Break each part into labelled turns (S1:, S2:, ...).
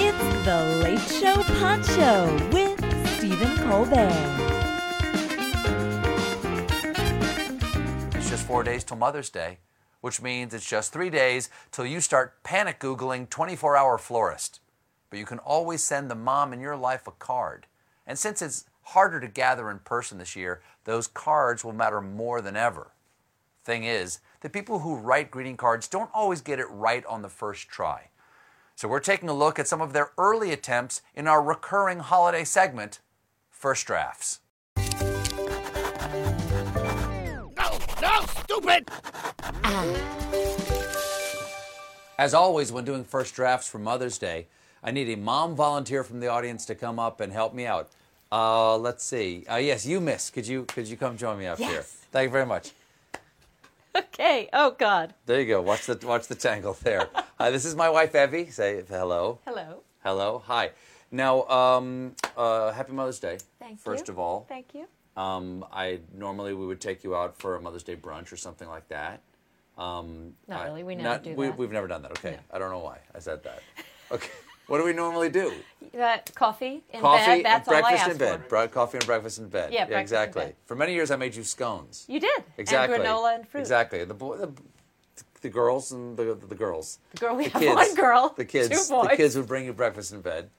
S1: It's the Late Show Poncho with Stephen Colbert.
S2: It's just four days till Mother's Day, which means it's just three days till you start panic Googling 24 hour florist. But you can always send the mom in your life a card. And since it's harder to gather in person this year, those cards will matter more than ever. Thing is, the people who write greeting cards don't always get it right on the first try. So we're taking a look at some of their early attempts in our recurring holiday segment, First Drafts. As always, when doing first drafts for Mother's Day, I need a mom volunteer from the audience to come up and help me out. Uh, let's see. Uh, yes, you, Miss. Could you could you come join me up here?
S3: Yes.
S2: Thank you very much.
S3: Okay. Oh God.
S2: There you go. Watch the watch the tangle there. Uh, this is my wife Evie. Say hello.
S3: Hello.
S2: Hello. Hi. Now, um, uh, happy Mother's Day.
S3: Thank you.
S2: First of all,
S3: Thank you.
S2: um, I normally we would take you out for a Mother's Day brunch or something like that. Um,
S3: Not
S2: I-
S3: really, we never do that.
S2: We, have never done that. Okay. I don't know why I said that. Okay. what do we normally do?
S3: Uh, coffee in
S2: coffee
S3: bed.
S2: and
S3: That's all I
S2: breakfast
S3: asked
S2: in bed.
S3: for.
S2: Bro- coffee and breakfast in bed.
S3: Yeah, breakfast in
S2: exactly.
S3: bed.
S2: For many years, I made you scones.
S3: You did.
S2: Exactly.
S3: And granola and fruit.
S2: Exactly. The boy, the, the girls and the the girls. The
S3: girl- we have one girl,
S2: The kids.
S3: two boys.
S2: The kids would bring you breakfast in bed.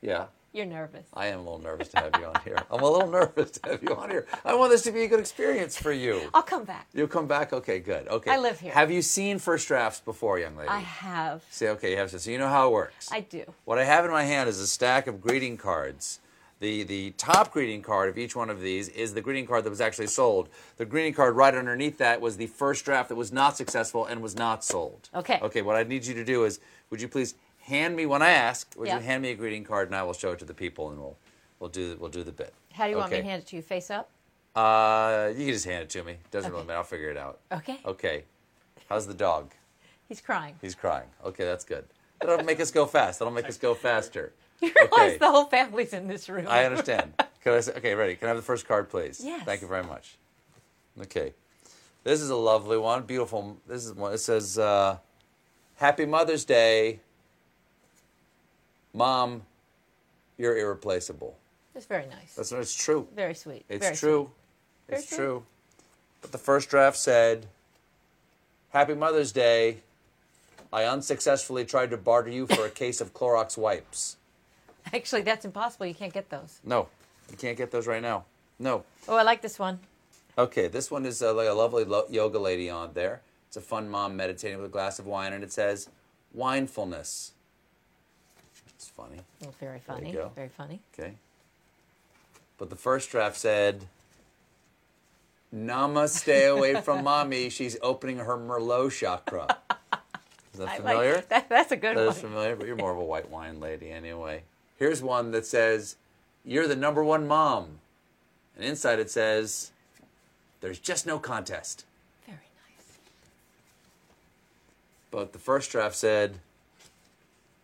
S2: Yeah.
S3: You're nervous.
S2: I am a little nervous to have you on here. I'm a little nervous to have you on here. I want this to be a good experience for you.
S3: I'll come back.
S2: You'll come back? Okay, good. Okay.
S3: I live here.
S2: Have you seen first drafts before, young lady?
S3: I have.
S2: Say, okay, you have to. So you know how it works.
S3: I do.
S2: What I have in my hand is a stack of greeting cards. The, the top greeting card of each one of these is the greeting card that was actually sold. The greeting card right underneath that was the first draft that was not successful and was not sold.
S3: Okay.
S2: Okay, what I need you to do is would you please hand me when I ask, would
S3: Yeah.
S2: you hand me a greeting card and I will show it to the people and we'll we'll do we'll do the bit.
S3: How do you want me to
S2: Okay.
S3: hand it to you? Face up.
S2: Uh, you can just hand it to me. Doesn't really matter. I'll figure it out.
S3: Okay.
S2: Okay. How's the dog?
S3: He's crying.
S2: He's crying. Okay, that's good. That'll make us go fast. That'll make us go faster.
S3: You realize
S2: Okay.
S3: the whole family's in this room.
S2: I understand. Can I say, okay, ready? Can I have the first card, please?
S3: Yes.
S2: Thank you very much. Okay. This is a lovely one. Beautiful. This is one. It says, uh, "Happy Mother's Day, Mom. You're irreplaceable."
S3: It's very nice.
S2: That's it's true.
S3: Very sweet.
S2: It's
S3: Very
S2: true.
S3: Very
S2: It's
S3: sweet.
S2: true. But the first draft said, "Happy Mother's Day." I unsuccessfully tried to barter you for a case of Clorox wipes.
S3: sweet. Actually, that's impossible. You can't get those.
S2: No, you can't get those right now. No.
S3: Oh, I like this one.
S2: Okay, this one is uh, like a lovely lo- yoga lady on there. It's a fun mom meditating with a glass of wine, and it says, "Winefulness." It's funny.
S3: Oh, very funny.
S2: go.
S3: Very funny.
S2: Okay. But the first draft said, Nama, stay away from mommy. She's opening her Merlot chakra. Is that
S3: I like-
S2: familiar?
S3: that- that's a good
S2: that
S3: one.
S2: is familiar, but you're more of a white wine lady anyway. Here's one that says, You're the number one mom. And inside it says, There's just no contest.
S3: Very nice.
S2: But the first draft said,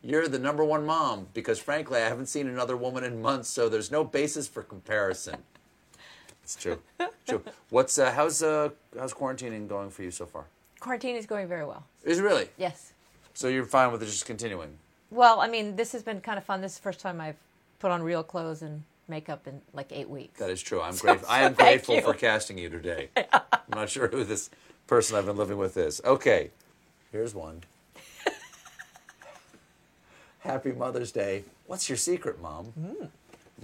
S2: You're the number one mom because frankly, I haven't seen another woman in months, so there's no basis for comparison. it's true. True. What's uh, how's uh, how's quarantining going for you so far?
S3: Quarantine is going very well.
S2: Is it really?
S3: Yes.
S2: So you're fine with it just continuing?
S3: Well, I mean, this has been kind of fun. This is the first time I've put on real clothes and makeup in like eight weeks.
S2: That is true. I'm grateful. I am
S3: so thank
S2: grateful
S3: you.
S2: for casting you today. I'm not sure who this person I've been living with is. Okay, here's one. Happy Mother's Day. What's your secret, Mom? Mm.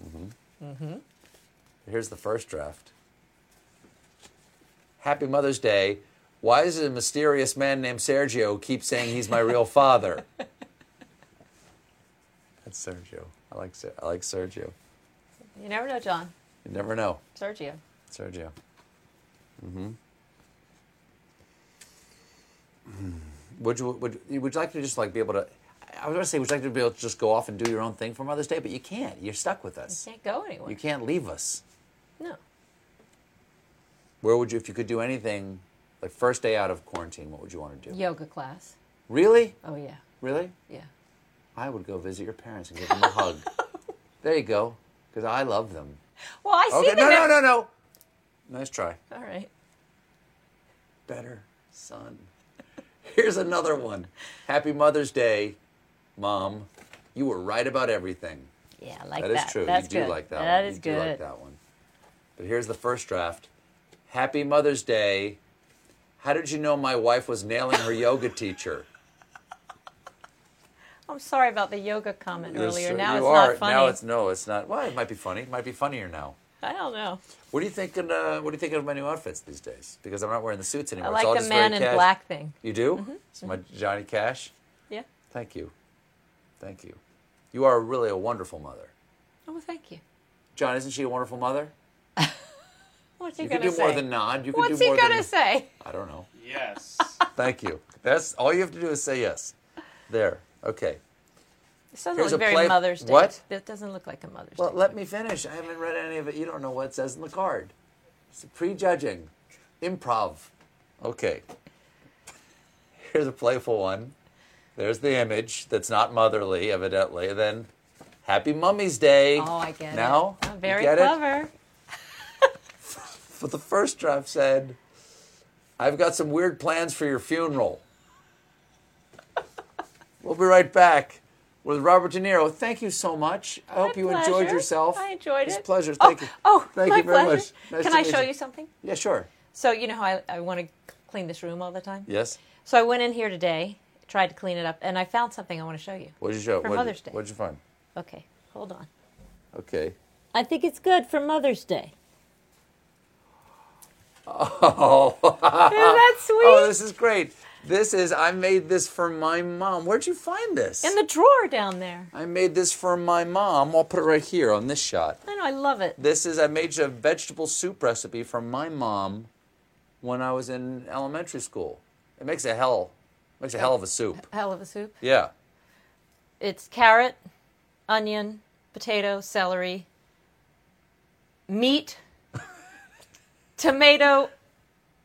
S2: hmm Mm-hmm.
S3: Mm-hmm.
S2: Here's the first draft. Happy Mother's Day. Why is it a mysterious man named Sergio keep saying he's my real father? That's Sergio. I like Ser- I like Sergio.
S3: You never know, John.
S2: You never know,
S3: Sergio.
S2: Sergio. Mm-hmm. Would you would you- would you like to just like be able to? I was going to say, would you like to be able to just go off and do your own thing for Mother's Day? But you can't. You're stuck with us.
S3: Can't go anywhere.
S2: You can't leave us.
S3: No.
S2: Where would you, if you could do anything, like first day out of quarantine, what would you want to do?
S3: Yoga class.
S2: Really?
S3: Oh yeah.
S2: Really?
S3: Yeah.
S2: I would go visit your parents and give them a hug. There you go. Because I love them.
S3: Well, I see
S2: Okay.
S3: them.
S2: No, no,
S3: ev-
S2: no, no. Nice try.
S3: All right.
S2: Better, son. Here's another one. Happy Mother's Day, Mom. You were right about everything.
S3: Yeah, I like that.
S2: That is true.
S3: That's
S2: you do
S3: good.
S2: like that,
S3: That
S2: one.
S3: is
S2: you
S3: good.
S2: do like that one. But here's the first draft. Happy Mother's Day. How did you know my wife was nailing her yoga teacher?
S3: I'm sorry about the yoga comment earlier.
S2: Yes,
S3: Now
S2: you
S3: it's
S2: are.
S3: not funny.
S2: Now it's no, it's not. Well, it might be funny. It might be funnier now.
S3: I don't know.
S2: What do you think? In, uh, what do you think of my new outfits these days? Because I'm not wearing the suits anymore.
S3: I
S2: it's all
S3: like the
S2: just
S3: man
S2: very
S3: in
S2: cash-
S3: black Mm-hmm. thing.
S2: You do? It's my Johnny Cash.
S3: Yeah.
S2: Thank you, thank you. You are really a wonderful mother.
S3: Oh, well, thank you.
S2: John, isn't she a wonderful mother?
S3: What's he
S2: You could
S3: gonna
S2: do
S3: say?
S2: more than nod. You could
S3: What's
S2: do
S3: he
S2: more
S3: gonna
S2: than,
S3: say?
S2: I don't know.
S4: Yes.
S2: Thank you. That's all you have to do is say yes. There. Okay.
S3: This doesn't
S2: Here's
S3: look
S2: a
S3: very
S2: play-
S3: Mother's Day.
S2: What?
S3: That doesn't look like a Mother's
S2: Well,
S3: Day.
S2: let me finish. I haven't read any of it. You don't know what it says in the card. It's prejudging, improv. Okay. Here's a playful one. There's the image that's not motherly, evidently. And then, Happy Mummy's Day.
S3: Oh, I get
S2: now,
S3: it. Oh,
S2: you
S3: very
S2: get it?
S3: clever.
S2: But the first draft said, I've got some weird plans for your funeral. we'll be right back with Robert De Niro. Thank you so much. I hope you enjoyed
S3: Pleasure.
S2: yourself.
S3: I enjoyed
S2: It's
S3: it.
S2: a pleasure.
S3: Oh,
S2: Thank you.
S3: Oh,
S2: Thank
S3: my
S2: you very
S3: pleasure.
S2: much. Nice
S3: Can
S2: to
S3: I
S2: meet
S3: show you something?
S2: Yeah, sure.
S3: So you know how I, I want to clean this room all the time.
S2: Yes.
S3: So I went in here today, tried to clean it up, and I found something I want to show you.
S2: What did you show?
S3: For
S2: what
S3: Mother's Day.
S2: What did you find?
S3: Okay, hold on.
S2: Okay.
S1: I think it's good for Mother's Day.
S3: Isn't that sweet?
S2: Oh, this is great. This is I made this for my mom. Where'd you find this?
S3: In the drawer down there.
S2: I made this for my mom. I'll put it right here on this shot.
S3: I know, I love it.
S2: This is I made you a vegetable soup recipe from my mom when I was in elementary school. It makes a hell makes a hell of a soup.
S3: Hell of a soup.
S2: Yeah.
S3: It's carrot, onion, potato, celery, meat, tomato,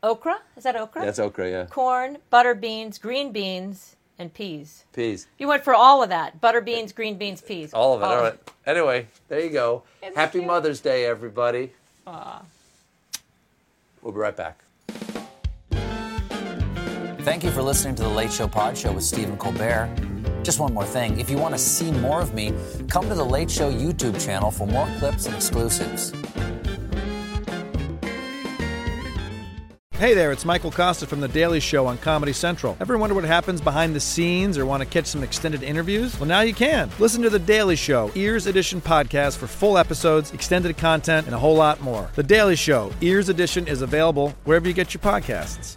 S3: okra. Is that okra?
S2: That's okra, yeah.
S3: Corn, butter beans, green beans, and peas.
S2: Peas.
S3: You went for all of that. Butter beans, green beans, peas.
S2: All of it. All right. Anyway, there you go.
S3: Isn't
S2: Happy
S3: cute?
S2: Mother's Day, everybody. We'll be right back.
S5: Thank you for listening to The Late Show Pod Show with Stephen Colbert. Just one more thing. If you want to see more of me, come to The Late Show YouTube channel for more clips and exclusives.
S6: Hey there, it's Michael Costa from The Daily Show on Comedy Central. Ever wonder what happens behind the scenes or want to catch some extended interviews? Well, now you can. Listen to The Daily Show, Ears Edition podcast for full episodes, extended content, and a whole lot more. The Daily Show, Ears Edition is available wherever you get your podcasts.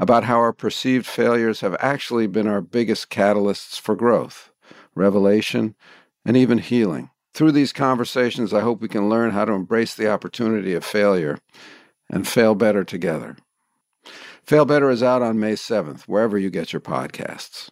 S7: about how our perceived failures have actually been our biggest catalysts for growth, revelation, and even healing. Through these conversations, I hope we can learn how to embrace the opportunity of failure and fail better together. Fail Better is out on May 7th, wherever you get your podcasts.